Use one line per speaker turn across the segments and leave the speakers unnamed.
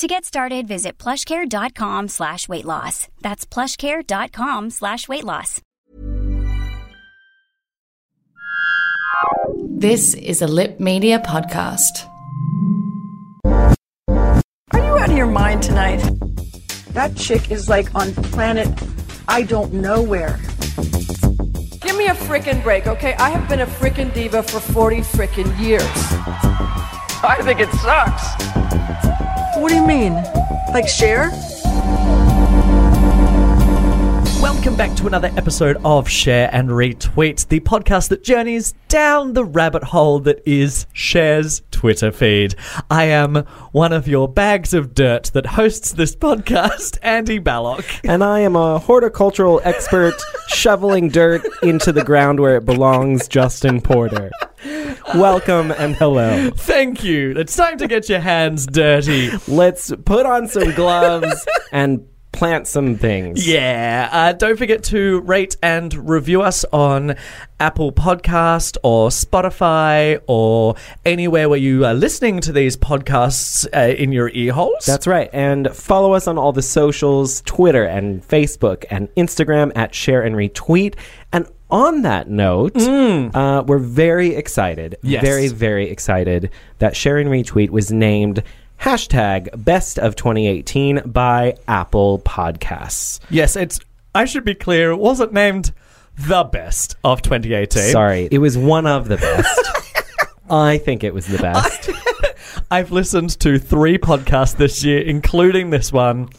To get started, visit plushcare.com slash weight loss. That's plushcare.com slash weight loss.
This is a Lip Media podcast.
Are you out of your mind tonight? That chick is like on planet I don't know where. Give me a frickin' break, okay? I have been a frickin' diva for 40 frickin' years. I think it sucks. What do you mean? Like share?
Welcome back to another episode of Share and Retweet, the podcast that journeys down the rabbit hole that is Share's Twitter feed. I am one of your bags of dirt that hosts this podcast, Andy Ballock.
and I am a horticultural expert shoveling dirt into the ground where it belongs, Justin Porter. Welcome and hello.
Thank you. It's time to get your hands dirty.
Let's put on some gloves and plant some things.
Yeah. Uh, don't forget to rate and review us on Apple Podcast or Spotify or anywhere where you are listening to these podcasts uh, in your ear holes.
That's right. And follow us on all the socials Twitter and Facebook and Instagram at share and retweet. And on that note, uh, we're very excited,
Mm. Yes.
very, very excited that share and retweet was named hashtag best of 2018 by Apple Podcasts.
Yes, it's. I should be clear. It wasn't named the best of 2018.
Sorry, it was one of the best. I think it was the best.
I've listened to three podcasts this year, including this one,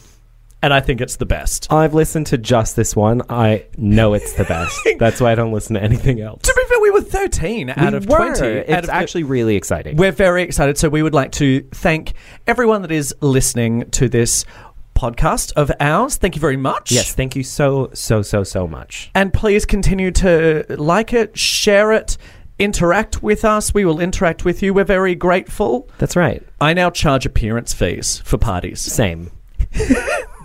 and I think it's the best.
I've listened to just this one. I know it's the best. That's why I don't listen to anything else.
To be fair, we were 13 out
We
of
were.
20.
It's
out of
actually really exciting.
We're very excited. So we would like to thank everyone that is listening to this podcast of ours. Thank you very much.
yes, thank you so so so so much.
And please continue to like it, share it, interact with us. We will interact with you. We're very grateful.
That's right.
I now charge appearance fees for parties.
Same.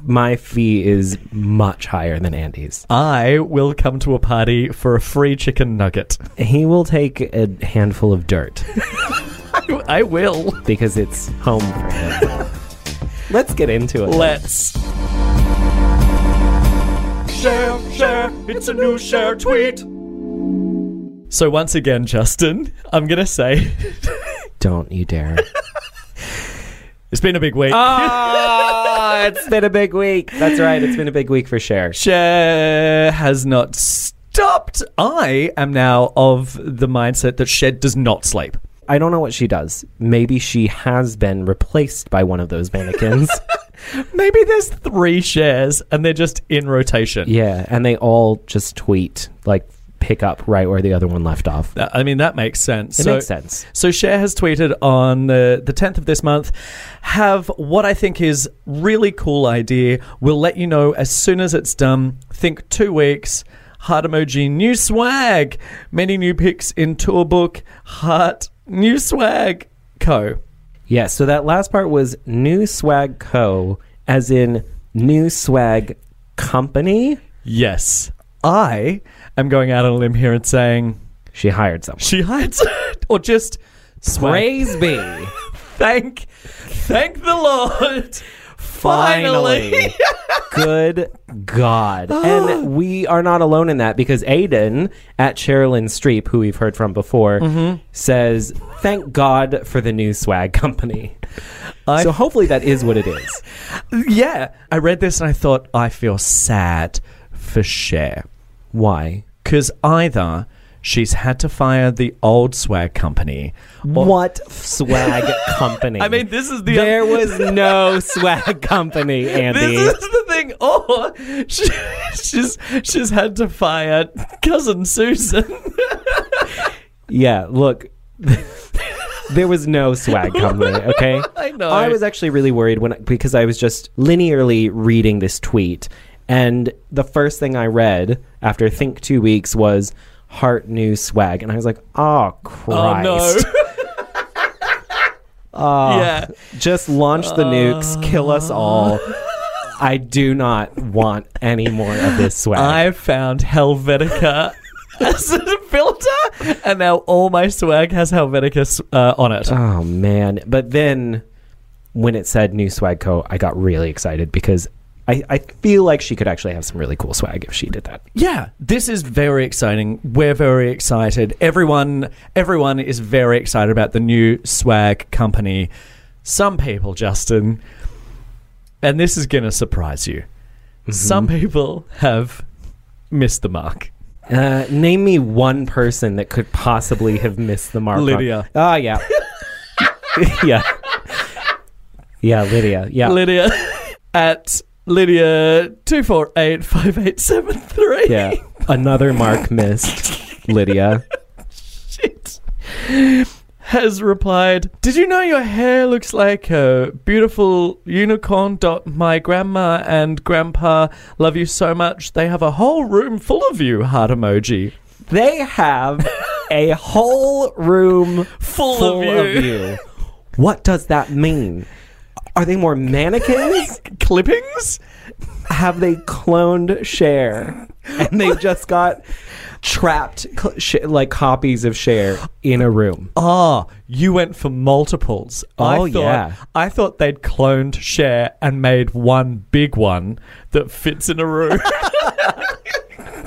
My fee is much higher than Andy's.
I will come to a party for a free chicken nugget.
He will take a handful of dirt
I will.
because it's home for him. Let's get into it.
Let's. Share, share, it's a new share tweet. So, once again, Justin, I'm going to say
Don't you dare.
it's been a big week.
Ah, it's been a big week. That's right. It's been a big week for Cher.
Share has not stopped. I am now of the mindset that Shed does not sleep.
I don't know what she does. Maybe she has been replaced by one of those mannequins.
Maybe there's three shares and they're just in rotation.
yeah, and they all just tweet like pick up right where the other one left off.
That- I mean, that makes sense.
It makes sense.
So Cher has tweeted on uh, the 10th of this month, have what I think is really cool idea. We'll let you know as soon as it's done. Think two weeks. Heart emoji, new swag. Many new pics in tour book. Heart, new swag. Co.
Yeah, so that last part was New Swag Co as in New Swag Company.
Yes. I am going out on a limb here and saying
She hired someone.
she hides or just swag.
Praise be.
Thank, thank the Lord. Finally. Ah.
Finally. Good God. and we are not alone in that because Aiden at Sherilyn Streep, who we've heard from before,
Mm-hmm.
says, Thank God for the new swag company. so hopefully that is what it is.
Yeah, I read this and I thought I feel sad for Cher.
Why?
because either she's had to fire the old swag company. or-
What swag company?
I mean, this is the
there was no swag company, Andy.
This is the thing. Or she, she's she's had to fire cousin Susan.
Yeah, look. there was no swag company, okay?
I know.
I was actually really worried when because I was just linearly reading this tweet and the first thing I read after I think 2 weeks was heart new swag and I was like, "Oh Christ."
yeah.
Just launch the nukes, kill us all. I do not want any more of this swag.
I found Helvetica as a filter, and now all my swag has Helvetica s- uh, on it.
Oh man! But then, when it said new swag co, I got really excited because I, I feel like she could actually have some really cool swag if she did that.
Yeah, this is very exciting. We're very excited. Everyone, everyone is very excited about the new swag company. Some people, Justin, and this is going to surprise you. Some people have missed the mark.
Uh, name me one person that could possibly have missed the mark. on-
Lydia.
Oh yeah, yeah, yeah, Lydia. Yeah,
Lydia at Lydia two four eight five eight seven three.
yeah. Another mark missed, Lydia.
Shit. Has replied, Did you know your hair looks like a beautiful unicorn? Dot my grandma and grandpa love you so much. They have a whole room full of you, heart emoji.
They have a whole room
Full,
full
of you.
of you. What does that mean? Are they more mannequins?
Clippings?
Have they cloned Cher? And they just got trapped cl- sh- like copies of Cher in a room.
Ah, you went for multiples. I
Oh,
thought,
yeah.
I thought they'd cloned share and made one big one that fits in a room.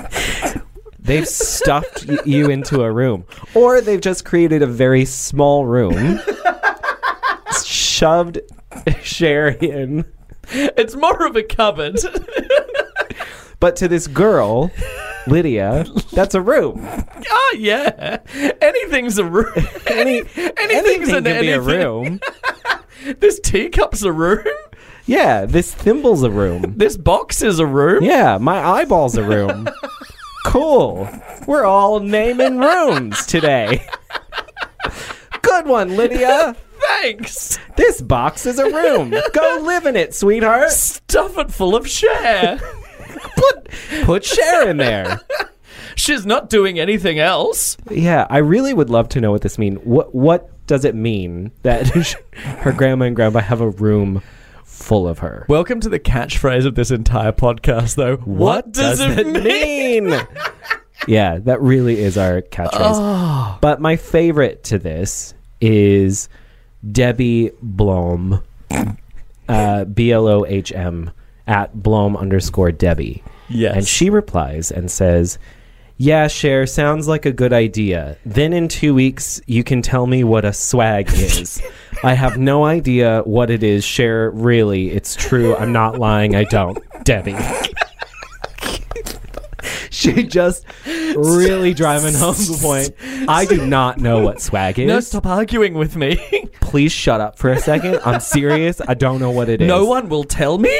They've stuffed y- you into a room, or they've just created a very small room, shoved Cher in.
it's more of a cupboard.
But to this girl, Lydia, that's a room.
Oh yeah, anything's a room. Any, anything's
Anything
an
can be a
anything.
room.
This teacup's a room.
Yeah, this thimble's a room.
This box is a room.
Yeah, my eyeball's a room. cool. We're all naming rooms today. Good one, Lydia.
Thanks.
This box is a room. Go live in it, sweetheart.
Stuff it full of share.
Put, put Cher in there.
She's not doing anything else.
Yeah, I really would love to know what this means. What what does it mean that her grandma and grandpa have a room full of her?
Welcome to the catchphrase of this entire podcast, though. What, does, it mean?
mean? yeah, that really is our catchphrase.
Ah.
But my favorite to this is Debbie Blom, uh, B L O H M, at Blom underscore Debbie.
Yes.
And she replies and says, Yeah, Cher, sounds like a good idea. Then in two weeks, you can tell me what a swag is. I have no idea what it is, Cher. Really, it's true. I'm not lying. I don't. Debbie. she just really driving home the point. I do not know what swag is.
No, stop arguing with me.
Please shut up for a second. I'm serious. I don't know what it is.
no one will tell me.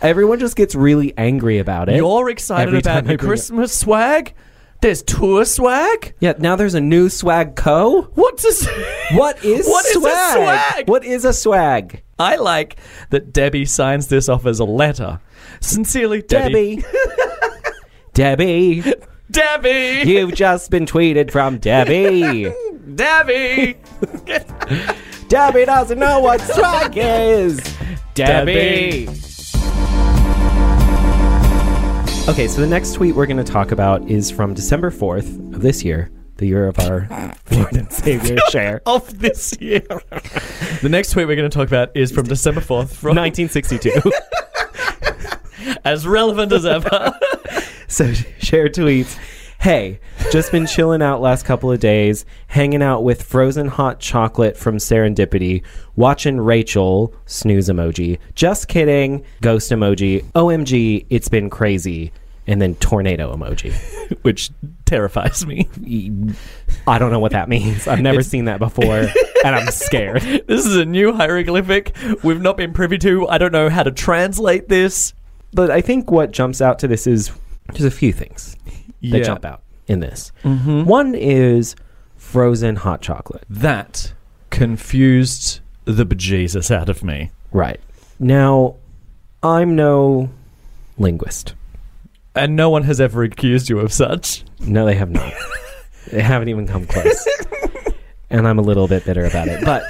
Everyone just gets really angry about it.
You're excited
Every
about
time I
the
bring it-
Christmas swag. There's tour swag.
Yeah, now there's a new swag co.
What's a
What is
What is a
swag?
swag?
What is a swag?
I like that Debbie signs this off as a letter. Sincerely, Debbie.
Debbie. Debbie,
Debbie.
you've just been tweeted from Debbie.
Debbie.
Debbie doesn't know what swag is. Debbie. Okay, so the next tweet we're going to talk about is from December 4th of this year, the year of our Lord and Savior share.
of this year. the next tweet we're going to talk about is from December 4th, from
1962.
as relevant as ever.
So share tweets. Hey, just been chilling out last couple of days, hanging out with frozen hot chocolate from Serendipity, watching Rachel snooze emoji. Just kidding, ghost emoji. OMG, it's been crazy. and then tornado emoji.
which terrifies me.
I don't know what that means. I've never seen that before, and I'm scared.
This is a new hieroglyphic we've not been privy to. I don't know how to translate this.
But I think what jumps out to this is there's a few things that
Yeah.
jump out in this. One is frozen hot chocolate.
That confused the bejesus out of me.
Right. Now, I'm no linguist.
And no one has ever accused you of such.
No, they have not. they haven't even come close. and I'm a little bit bitter about it. But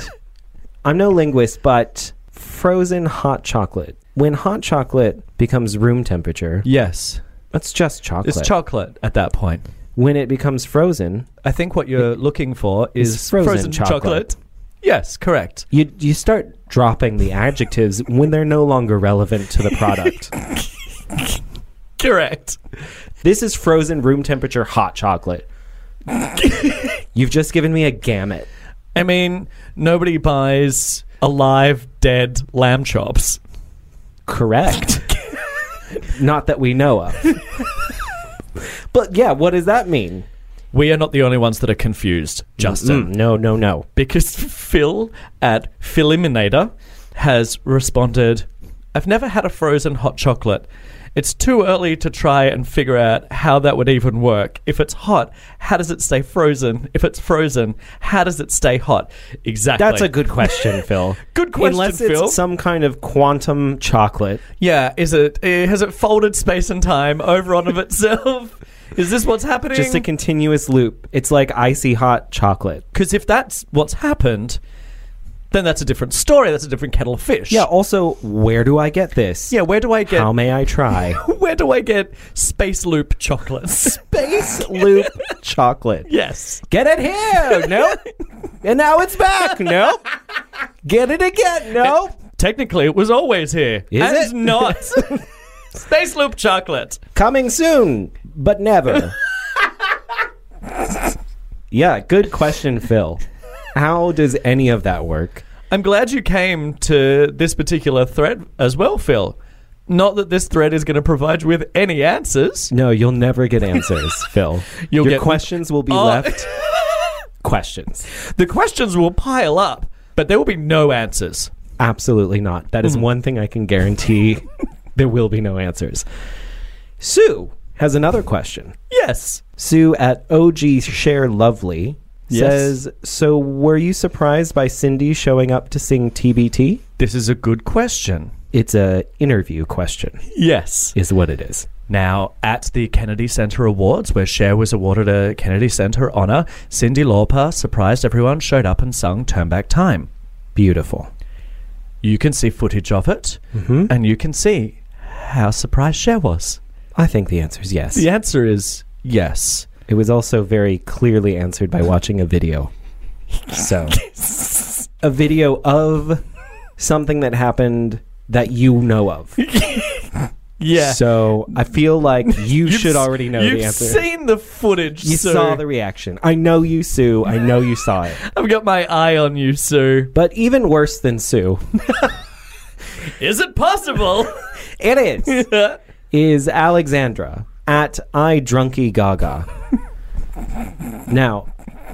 I'm no linguist, but frozen hot chocolate. When hot chocolate becomes room temperature,
Yes.
that's just chocolate.
It's chocolate at that point.
when it becomes frozen,
I think what you're looking for is
It's frozen chocolate.
Yes, correct.
you you start dropping the adjectives when they're no longer relevant to the product.
Correct.
this is frozen room temperature hot chocolate. You've just given me a gamut.
I mean, nobody buys alive, dead lamb chops.
Correct. Not that we know of. but yeah, what does that mean?
We are not the only ones that are confused, Justin.
Mm, no, no, no.
Because Phil at Philiminator has responded I've never had a frozen hot chocolate. It's too early to try and figure out how that would even work. If it's hot, how does it stay frozen? If it's frozen, how does it stay hot? Exactly.
That's a good question, Phil.
Good question,
Unless it's
Phil.
some kind of quantum chocolate.
Yeah, is it eh, has it folded space and time over on of itself? is this what's happening?
Just a continuous loop. It's like icy hot chocolate.
Because if that's what's happened, then that's a different story. That's a different kettle of fish.
Yeah, also, where do I get this?
oh, Yeah. Where do I get?
How may I try?
where do I get space loop chocolates?
Space loop chocolate.
yes.
Get it here. Nope. and now it's back. Nope. Get it again. Nope.
Technically, it was always here.
Is
And
it?
It's not. space loop chocolate.
Coming soon, but never. yeah, good question, Phil. How does any of that work?
I'm glad you came to this particular thread as well, Phil. Not that this thread is going to provide you with any answers.
No, you'll never get answers, Phil.
You'll
Your
get-
questions will be
Oh.
left questions.
The questions will pile up, but there will be no answers.
Absolutely not. That is
Hmm.
one thing I can guarantee. there will be no answers. Sue has another question.
Yes.
Sue at OG Share Lovely
Yes.
says, "So were you surprised by Cindy showing up to sing TBT?"
This is a good question.
It's a interview question,
Yes.
is what it is.
Now, at the Kennedy Center Awards, where Cher was awarded a Kennedy Center honor, Cindy Lauper surprised everyone, showed up and sung Turn Back Time.
Beautiful.
You can see footage of it,
Mm-hmm.
and you can see how surprised Cher was.
I think the answer is yes.
The answer is yes.
It was also very clearly answered by watching a video. So, a video of something that happened that you know of.
Yeah.
So, I feel like you
You've s-
should already know
You've
the answer.
seen the footage.
you
Sue.
saw the reaction. I know you, Sue. I know you saw it.
I've got my eye on you, Sue.
But even worse than Sue,
Is it possible?
it is is Alexandra at I Drunky Gaga. now,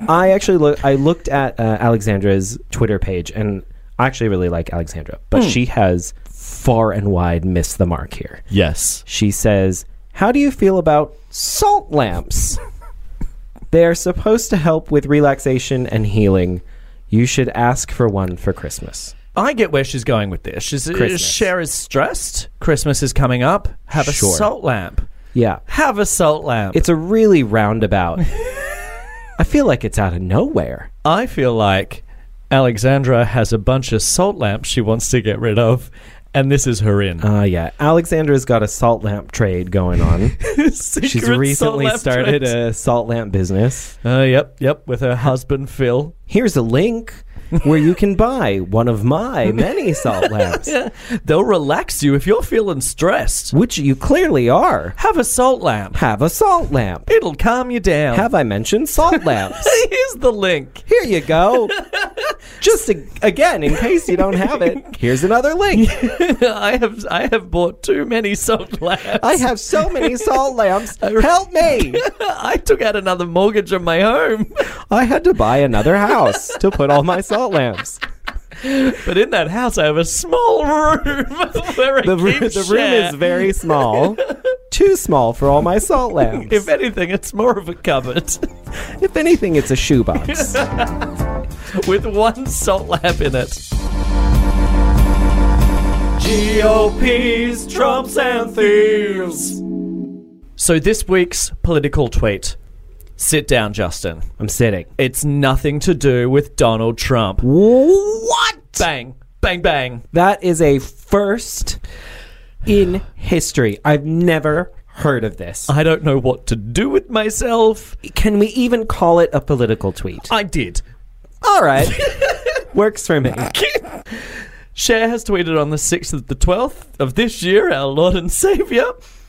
I actually look. I looked at uh, Alexandra's Twitter page, and I actually really like Alexandra, but she has far and wide missed the mark here.
yes.
She says, "How do you feel about salt lamps? they are supposed to help with relaxation and healing. You should ask for one for Christmas."
I get where she's going with this. She's, uh,
Christmas.
Cher is stressed. Christmas is coming up. Have a
Sure.
salt lamp.
Yeah.
Have a salt lamp.
It's a really roundabout. I feel like it's out of nowhere.
I feel like Alexandra has a bunch of salt lamps she wants to get rid of, and this is her in.
Ah, yeah. Alexandra's got a salt lamp trade going on. She's recently started a salt lamp business.
Uh, yep, yep, with her husband Phil.
Here's a link where you can buy one of my many salt lamps,
They'll relax you if you're feeling stressed.
which you clearly are.
Have a salt lamp.
Have a salt lamp.
It'll calm you down.
Have I mentioned salt lamps?
Here's the link.
Here you go. Just a, again, in case you don't have it, here's another link.
I have I have bought too many salt lamps.
I have so many salt lamps. Help me!
I took out another mortgage on my home.
I had to buy another house to put all my salt lamps.
But in that house, I have a small room where I
The, roo-
keep
the room
share.
is very small, too small for all my salt lamps.
If anything, it's more of a cupboard
if anything, it's a shoebox.
with one salt lamp in it. GOPs, Trumps, and thieves. So this week's political tweet. Sit down, Justin.
I'm sitting.
It's nothing to do with Donald Trump.
What?
Bang, bang, bang.
That is a first in history. I've never heard of this.
I don't know what to do with myself.
Can we even call it a political tweet?
I did.
All right. Works for me.
Cher has tweeted on the 6th of the 12th of this year, our Lord and Savior.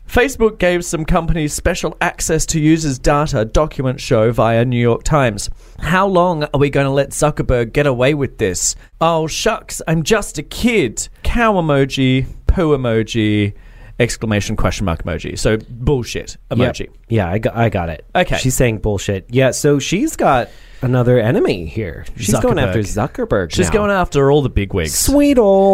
Facebook gave some companies special access to users' data, documents show via New York Times. How long are we going to let Zuckerberg get away with this? Oh, shucks, I'm just a kid. Cow emoji, poo emoji, exclamation question mark emoji. So bullshit emoji.
Yep. Yeah, I got, I got it.
Okay.
She's saying bullshit. Yeah, so she's got another enemy here. She's going after Zuckerberg.
She's
now.
going after all the big wigs.
Sweet old.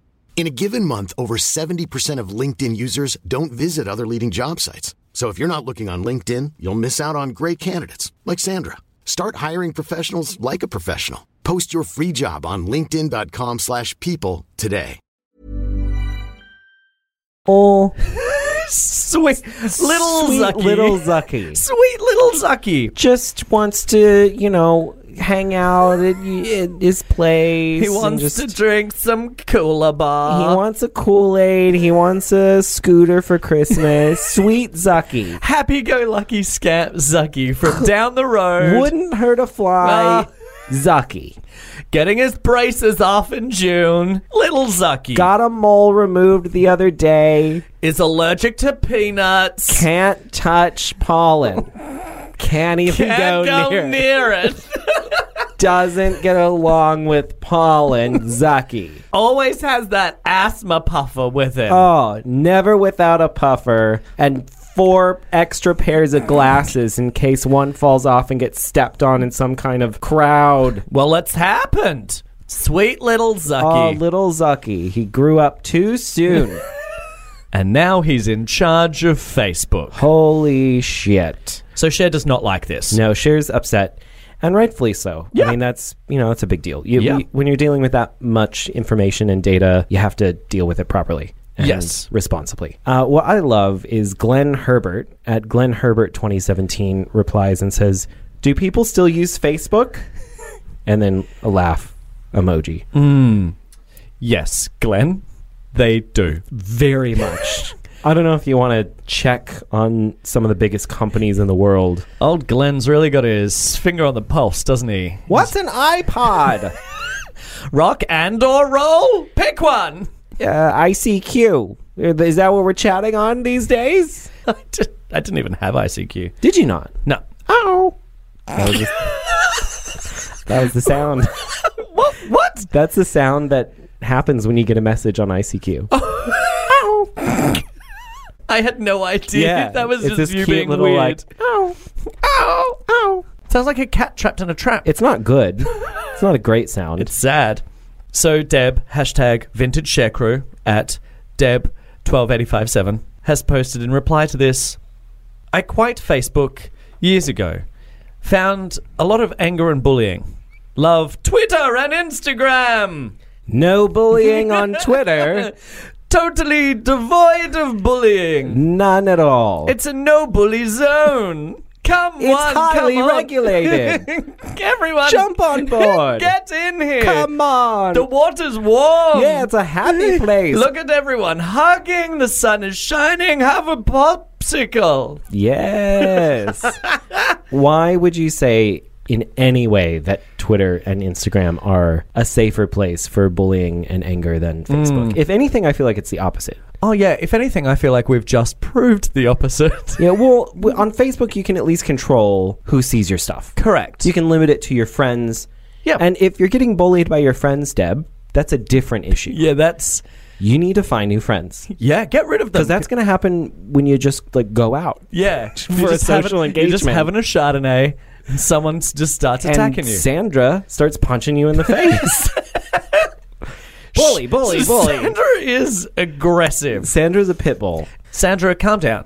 In a given month, over 70% of LinkedIn users don't visit other leading job sites. So if you're not looking on LinkedIn, you'll miss out on great candidates like Sandra. Start hiring professionals like a professional. Post your free job on linkedin.com/people slash people today.
old
Sweet little
sweet
Zucky.
little Zucky.
Sweet little Zucky.
just wants to, you know, hang out at, y- at his place.
He wants
and just-
to drink some Cola Bar.
He wants a Kool Aid. He wants a scooter for Christmas. Sweet Zucky.
Happy go lucky scamp Zucky from down the road.
Wouldn't hurt a fly.
Ah.
Zucky.
Getting his braces off in June. Little Zucky
Got a mole removed the other day.
is allergic to peanuts.
Can't touch pollen. Can't even
Can't
go, near. it.
near it.
Doesn't get along with pollen. Zucky.
Always has that asthma puffer with him.
Oh, never without a puffer and four extra pairs of glasses in case one falls off and gets stepped on in some kind of crowd.
Well, it's happened. Sweet little
Oh,
Zucky.
little Zucky. He grew up too soon.
and now he's in charge of Facebook.
Holy shit.
So Cher does not like this.
No, Cher's upset. And rightfully so.
Yeah.
I mean, that's, you know, that's a big deal. You,
Yeah.
you- when you're dealing with that much information and data, you have to deal with it properly. And
Yes.
Responsibly. Uh, what I love is Glenn Herbert at Glenn Herbert 2017 replies and says, Do people still use Facebook? and then a laugh emoji.
Yes, Glenn, they do.
Very much. I don't know if you want to check on some of the biggest companies in the world.
Old Glenn's really got his finger on the pulse, doesn't he?
What's an iPod?
Rock and or roll? Pick one.
uh, ICQ. Is that what we're chatting on these days?
I di- I didn't even have ICQ.
Did you not?
No.
Oh. That was, just- that was the sound.
What? What?
That's the sound that happens when you get a message on ICQ.
I had no idea. that was
it's
just
this
you
cute
being
little
weird.
like. Ow. Ow. Ow.
Sounds like a cat trapped in a trap.
It's not good. It's not a great sound.
It's sad. So Deb hashtag vintage share crew at Deb twelve eighty five seven has posted in reply to this. I quit Facebook years ago. found a lot of anger and bullying. Love Twitter and Instagram.
No bullying on Twitter.
Totally devoid of bullying.
None at all.
It's a no bully zone. Come
It's
on,
highly
come on.
regulated.
Everyone,
Jump on board.
Get in here.
Come on.
The water's warm.
yeah, it's a happy place.
Look at everyone hugging. The sun is shining. Have a popsicle.
Yes. Why would you say in any way that Twitter and Instagram are a safer place for bullying and anger than
Hmm.
Facebook? If anything, I feel like it's the opposite.
Oh yeah. If anything, I feel like we've just proved the opposite.
Yeah, well, w- on Facebook, you can at least control who sees your stuff.
Correct.
You can limit it to your friends.
Yeah.
And if you're getting bullied by your friends, Deb, that's a different issue.
yeah, that's
You need to find new friends.
yeah. Get rid of them.
Because that's going to happen when you just like go out.
yeah
for a social
You're just
engagement.
having a chardonnay, and someone s- just starts attacking
and
you.
Sandra starts punching you in the face. bully, bully, bully.
Sandra is aggressive.
Sandra's a pit bull.
Sandra, calm down.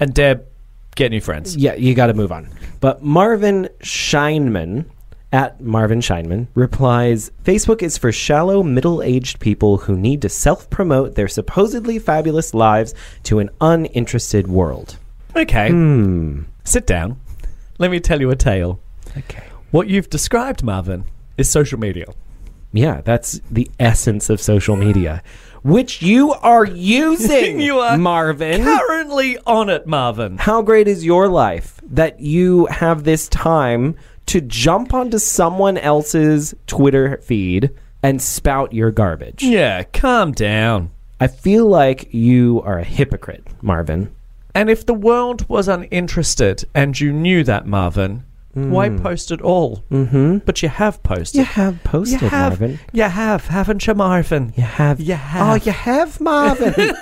And Deb, get new friends.
Yeah, you got to move on. But Marvin Scheinman at Marvin Scheinman replies Facebook is for shallow, middle aged people who need to self promote their supposedly fabulous lives to an uninterested world.
Okay. hmm. Sit down. Let me tell you a tale.
Okay.
What you've described, Marvin, is social media.
Yeah, that's the essence of social media, which you are using,
you are
Marvin.
currently on it, Marvin.
How great is your life that you have this time to jump onto someone else's Twitter feed and spout your garbage?
Yeah, calm down.
I feel like you are a hypocrite, Marvin.
And if the world was uninterested and you knew that, Marvin, why post at all? Hmm. Mm-hmm. But you have posted.
You have posted,
you have,
Marvin.
You have, haven't you, Marvin?
You have.
You have.
Oh, you have, Marvin.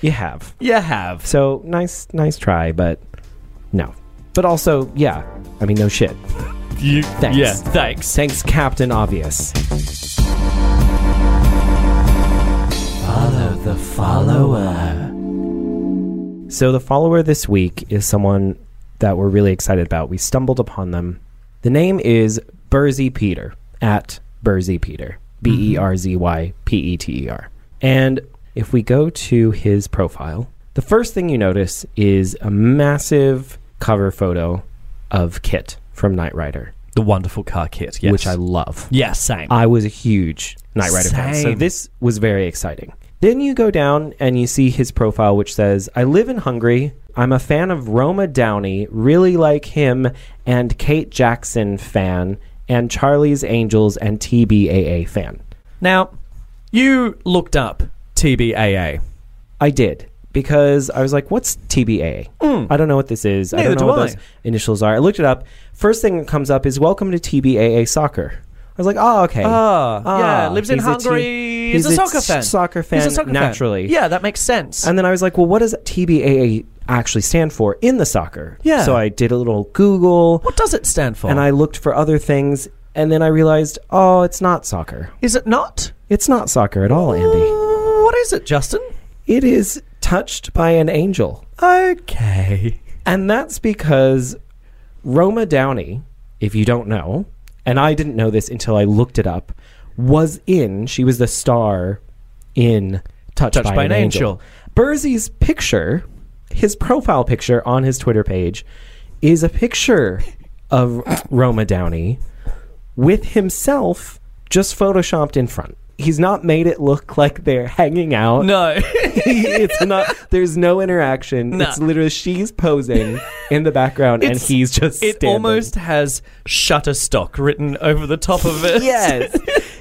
you have.
You have.
So nice, nice try, but no. But also, yeah. I mean, no shit.
You,
Thanks.
Yeah, thanks.
Thanks, Captain Obvious. Follow the follower. So, the follower this week is someone that we're really excited about. We stumbled upon them. The name is Burzy Peter at Burzy Peter. B E R Z Y P E T E R. And if we go to his profile, the first thing you notice is a massive cover photo of Kit from Knight Rider
The wonderful car kit, yes.
which I love.
Yeah, same.
I was a huge Knight Rider fan, so
Same.
this was very exciting. Then you go down and you see his profile, which says, I live in Hungary. I'm a fan of Roma Downey, really like him, and Kate Jackson fan, and Charlie's Angels and TBAA fan.
now, you looked up TBAA.
I did because I was like, "What's TBA? I don't know what this is. I
Hmm. Neither
don't know
do
what
I.
those initials are." I looked it up. First thing that comes up is "Welcome to TBAA Soccer." I was like, "Oh, okay.
Ah, yeah,
Ah,
lives in
he's a T-
Hungary. he's, a soccer
s-
fan.
Soccer fan,
He's a soccer
naturally.
Fan. Yeah, that makes sense.
And then I was like, "Well, what does TBAA actually stand for in the soccer?"
Yeah.
So I did a little Google
what does it stand for?
and I looked for other things, and then I realized, "Oh, it's not soccer.
is it not?
It's not soccer at all, Andy.
What is it, Justin?
It is touched by an angel."
Okay.
And that's because Roma Downey, if you don't know, and I didn't know this until I looked it up, was in, she was the star in Touched,
Touched
by, an, Angel. Burzy's picture, his profile picture on his Twitter page, is a picture of Roma Downey with himself just photoshopped in front. He's not made it look like they're hanging out
No.
it's not. There's no interaction.
No.
It's literally she's posing in the background and
It's-
he's just.
it
standing.
almost has Shutterstock written over the top of it.
Yes.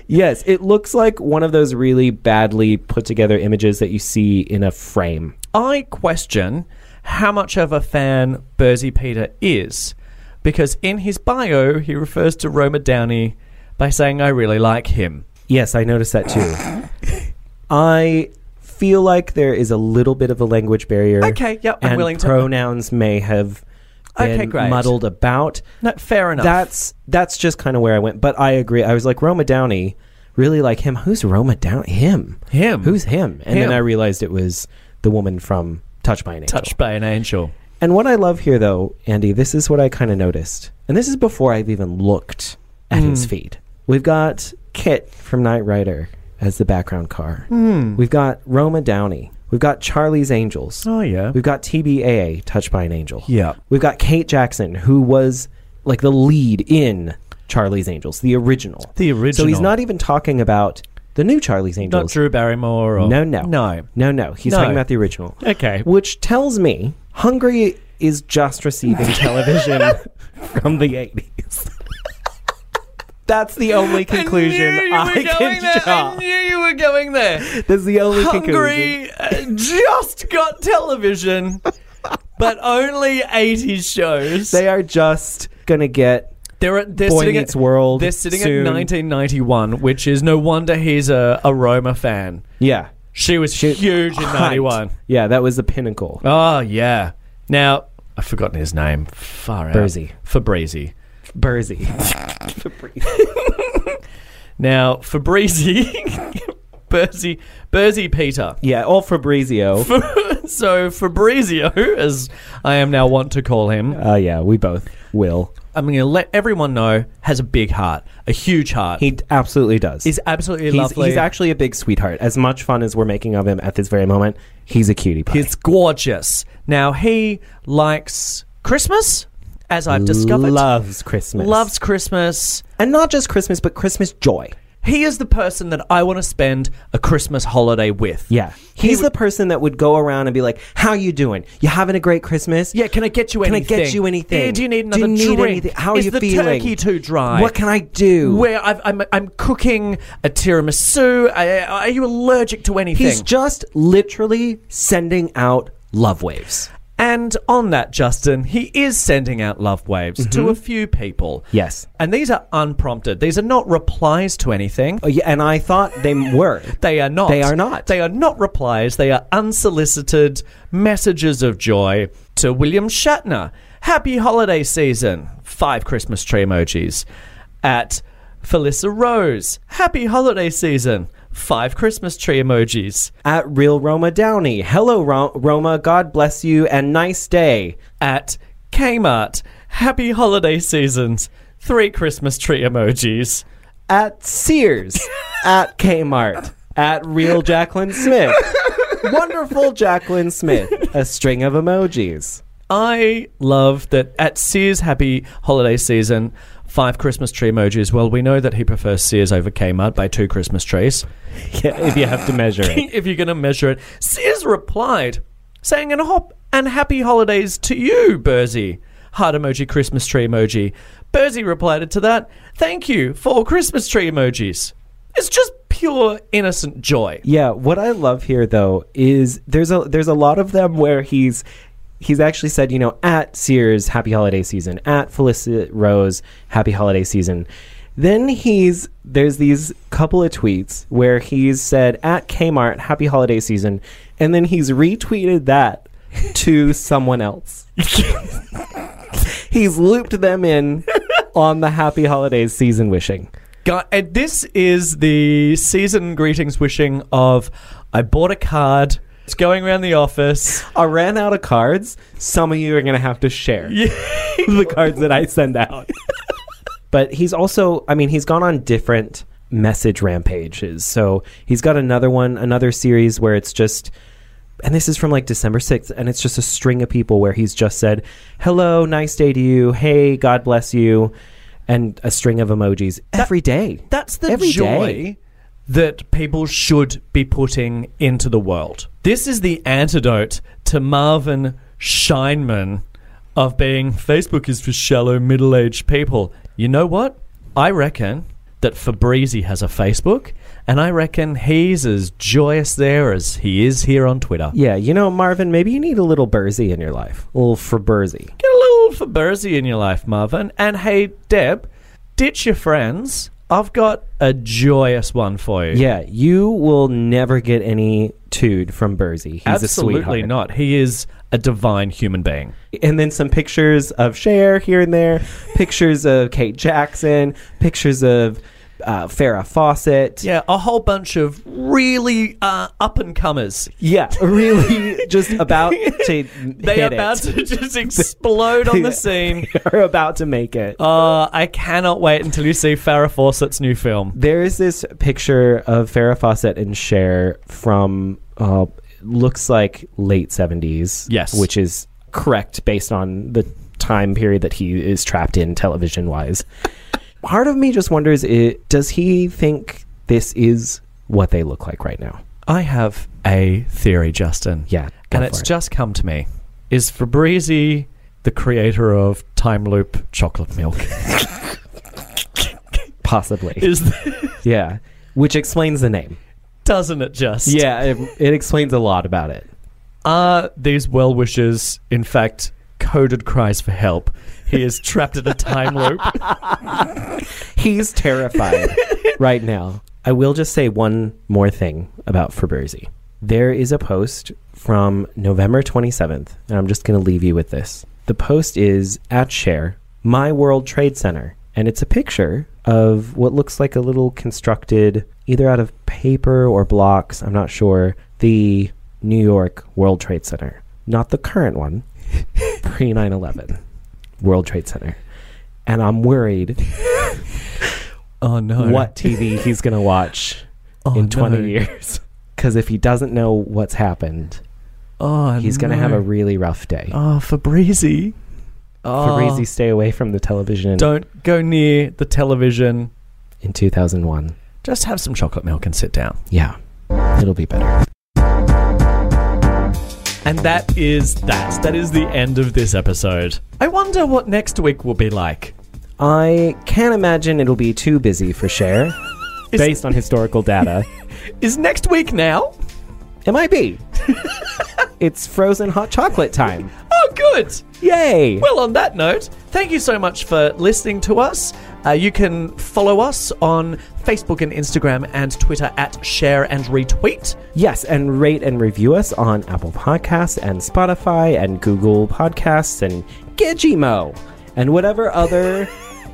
yes. It looks like one of those really badly put together images that you see in a frame.
I question how much of a fan Bursey Peter is, because in his bio he refers to Roma Downey by saying, "I really like him."
Yes, I noticed that too. I feel like there is a little bit of a language barrier.
Okay, yep, I'm
and
willing to-
pronouns may have
Okay,
been
great.
muddled about.
No, fair enough.
That's that's just kind of where I went. But I agree. I was like Roma Downey, really like him. Who's Roma Downey? Him.
Him.
Who's him? And
Him.
then I realized it was the woman from Touched by an Angel.
touched by an angel.
And what I love here, though, Andy, this is what I kind of noticed. And this is before I've even looked at his
Hmm.
feed. We've got Kit from Knight Rider as the background car.
Hmm.
We've got Roma Downey. We've got Charlie's Angels.
Oh, yeah.
We've got TBAA, Touched by an Angel.
Yeah.
We've got Kate Jackson, who was like the lead in Charlie's Angels, the original.
The
So he's
original.
not even talking about the new Charlie's Angels.
Not Drew Barrymore or.
No, no.
No.
No, no. He's
No.
talking about the original.
Okay.
Which tells me Hungary is just receiving television from the 80s. That's the only conclusion I, can draw.
you were going there.
That's the only conclusion.
Hungary uh, just got television, but only 80s shows.
They are just going to get.
They're, at- they're
Boy
sitting
Meets
at,
World
They're sitting
soon.
at 1991, which is no wonder he's a, a Roma fan.
Yeah.
She was huge in
Hyped.
91.
Yeah, that was the pinnacle.
Oh, yeah. Now, I've forgotten his name. Far out.
Burzy.
Fabrizi.
Burzy.
Now, Fabrizi. Burzy. Burzy Peter.
yeah, all Fabrizio.
So, Fabrizio, as I am now wont to call him,
Oh, yeah, we both will.
I'm going to let everyone know, has a big heart, a huge heart.
He d- absolutely does.
He's absolutely
he's,
lovely.
He's actually a big sweetheart. As much fun as we're making of him at this very moment, he's a cutie pie.
He's gorgeous. Now he likes Christmas, as I've discovered.
loves Christmas.
Loves Christmas.
and not just Christmas, but Christmas joy.
He is the person that I want to spend a Christmas holiday with.
Yeah,
He
he's
would-
the person that would go around and be like, "How you doing? You having a great Christmas?
Yeah, can I get you
Can
anything?
I get you anything?
Yeah, do you need another
do you need
drink?
Anything? How are
Is
you
the
feeling?
turkey too dry?
What can I do?
Where I've, I'm, I'm cooking a tiramisu. I, are you allergic to anything?
he's just literally sending out love waves.
And on that, Justin, he is sending out love waves to a few people.
Mm-hmm. Yes.
And these are unprompted. These are not replies to anything.
Oh, yeah, and I thought they were.
They are not.
They are not.
They are not replies. They are unsolicited messages of joy to William Shatner. Happy holiday season. Five Christmas tree emojis. At Felissa Rose. Happy holiday season. Five Christmas tree emojis.
At real Roma Downey. Hello, Ro- Roma. God bless you and nice day.
At Kmart. Happy holiday seasons. Three Christmas tree emojis.
at Sears, at Kmart, at Real Jacqueline Smith. Wonderful Jacqueline Smith. A string of emojis.
I love that at Sears Happy Holiday Season, five Christmas tree emojis. Well, we know that he prefers Sears over Kmart by two Christmas trees.
Yeah, if you have to measure it.
if you're going to measure it, Sears replied, saying, and, hop- and happy holidays to you, Bursey. Heart emoji, Christmas tree emoji. Bursey replied to that, thank you for Christmas tree emojis. It's just pure innocent joy.
Yeah, what I love here though is there's a there's a lot of them where he's he's actually said, you know, at Sears, happy holiday season, at Felicity Rose, happy holiday season. Then he's there's these couple of tweets where he's said at Kmart, happy holiday season, and then he's retweeted that to someone else. he's looped them in on the happy holidays season wishing.
Gu- and uh, this is the season greetings wishing of I bought a card. It's going around the office.
I ran out of cards. Some of you are going to have to share the cards that I send out. but he's also, I mean, he's gone on different message rampages. So he's got another one, another series where it's just, and this is from like December 6th, and it's just a string of people where he's just said, hello, nice day to you. Hey, God bless you. And a string of emojis every day.
That's the
Every
joy
day.
that people should be putting into the world. This is the antidote to Marvin Scheinman of being Facebook is for shallow middle aged people. You know what? I reckon that Fabrizi has a Facebook, and I reckon he's as joyous there as he is here on Twitter.
Yeah, you know, Marvin, maybe you need a little Burzy in your life, a little Faburzy.
Get a little Faburzy in your life, Marvin. And hey, Deb, ditch your friends. I've got a joyous one for you.
Yeah, you will never get any tood from Burzy. He's a
Absolutely
sweetheart.
not. He is a divine human being.
And then some pictures of Cher here and there, pictures of Kate Jackson, pictures of uh, Farrah Fawcett.
Yeah, a whole bunch of really uh, up and comers.
Yeah, really just about to
They
hit
are about
it.
to just explode on the scene.
They are about to make it.
Uh, I cannot wait until you see Farrah Fawcett's new film.
there is this picture of Farrah Fawcett and Cher from uh, looks like late seventies.
Yes.
which is correct based on the time period that he is trapped in television wise. Part of me just wonders: it, Does he think this is what they look like right now?
I have a theory, Justin.
Yeah, go
and
for
it's
it.
just come to me. Is Fabrizi the creator of Time Loop Chocolate Milk?
Possibly,
Is
yeah. Which explains the name.
doesn't it just?
Yeah, it, it explains a lot about it.
Are these well wishes, in fact, coded cries for help? He is trapped in a time loop.
He's terrified right now. I will just say one more thing about Faberzi. There is a post from November 27th, and I'm just going to leave you with this. The post is at share My World Trade Center, and it's a picture of what looks like a little constructed, either out of paper or blocks, I'm not sure, the New York World Trade Center. Not the current one, pre 9 11 World Trade Center. And I'm worried
Oh no!
what TV he's going to watch
Oh,
in 20
no.
years. Because if he doesn't know what's happened,
Oh,
he's going to
no.
have a really rough day.
Oh, Fabrizi.
Fabrizi, stay away from the television
Oh. Don't go near the television.
in 2001.
Just have some chocolate milk and sit down.
Yeah, it'll be better.
And that is that. That is the end of this episode. I wonder what next week will be like.
I can't imagine it'll be too busy for Cher, based on historical data.
Is next week now?
It might be. it's frozen hot chocolate time.
Oh, good.
Yay!
Well, on that note, thank you so much for listening to us. Uh, you can follow us on Facebook and Instagram and Twitter at share and retweet.
Yes, and rate and review us on Apple Podcasts and Spotify and Google Podcasts and Gizmo and whatever other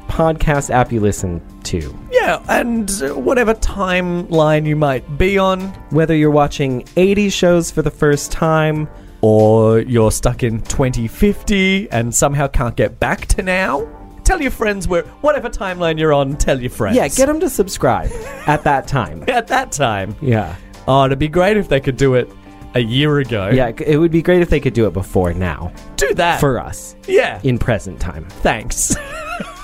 podcast app you listen to.
Yeah, and uh, whatever timeline you might be on,
Whether you're watching 80 shows for the first time,
or you're stuck in 2050 and somehow can't get back to now, tell your friends where whatever timeline you're on, tell your friends.
yeah, get them to subscribe at that time.
at that time.
Yeah.
Oh, it'd be great if they could do it a year ago.
Yeah, it would be great if they could do it before now
do that
for us
yeah.
in present time.
Thanks.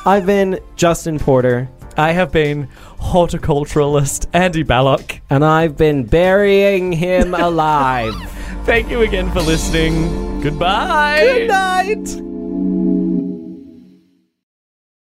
I've been Justin Porter
I have been horticulturalist Andy Ballock.
and I've been burying him alive.
Thank you again for listening. Goodbye. Good night.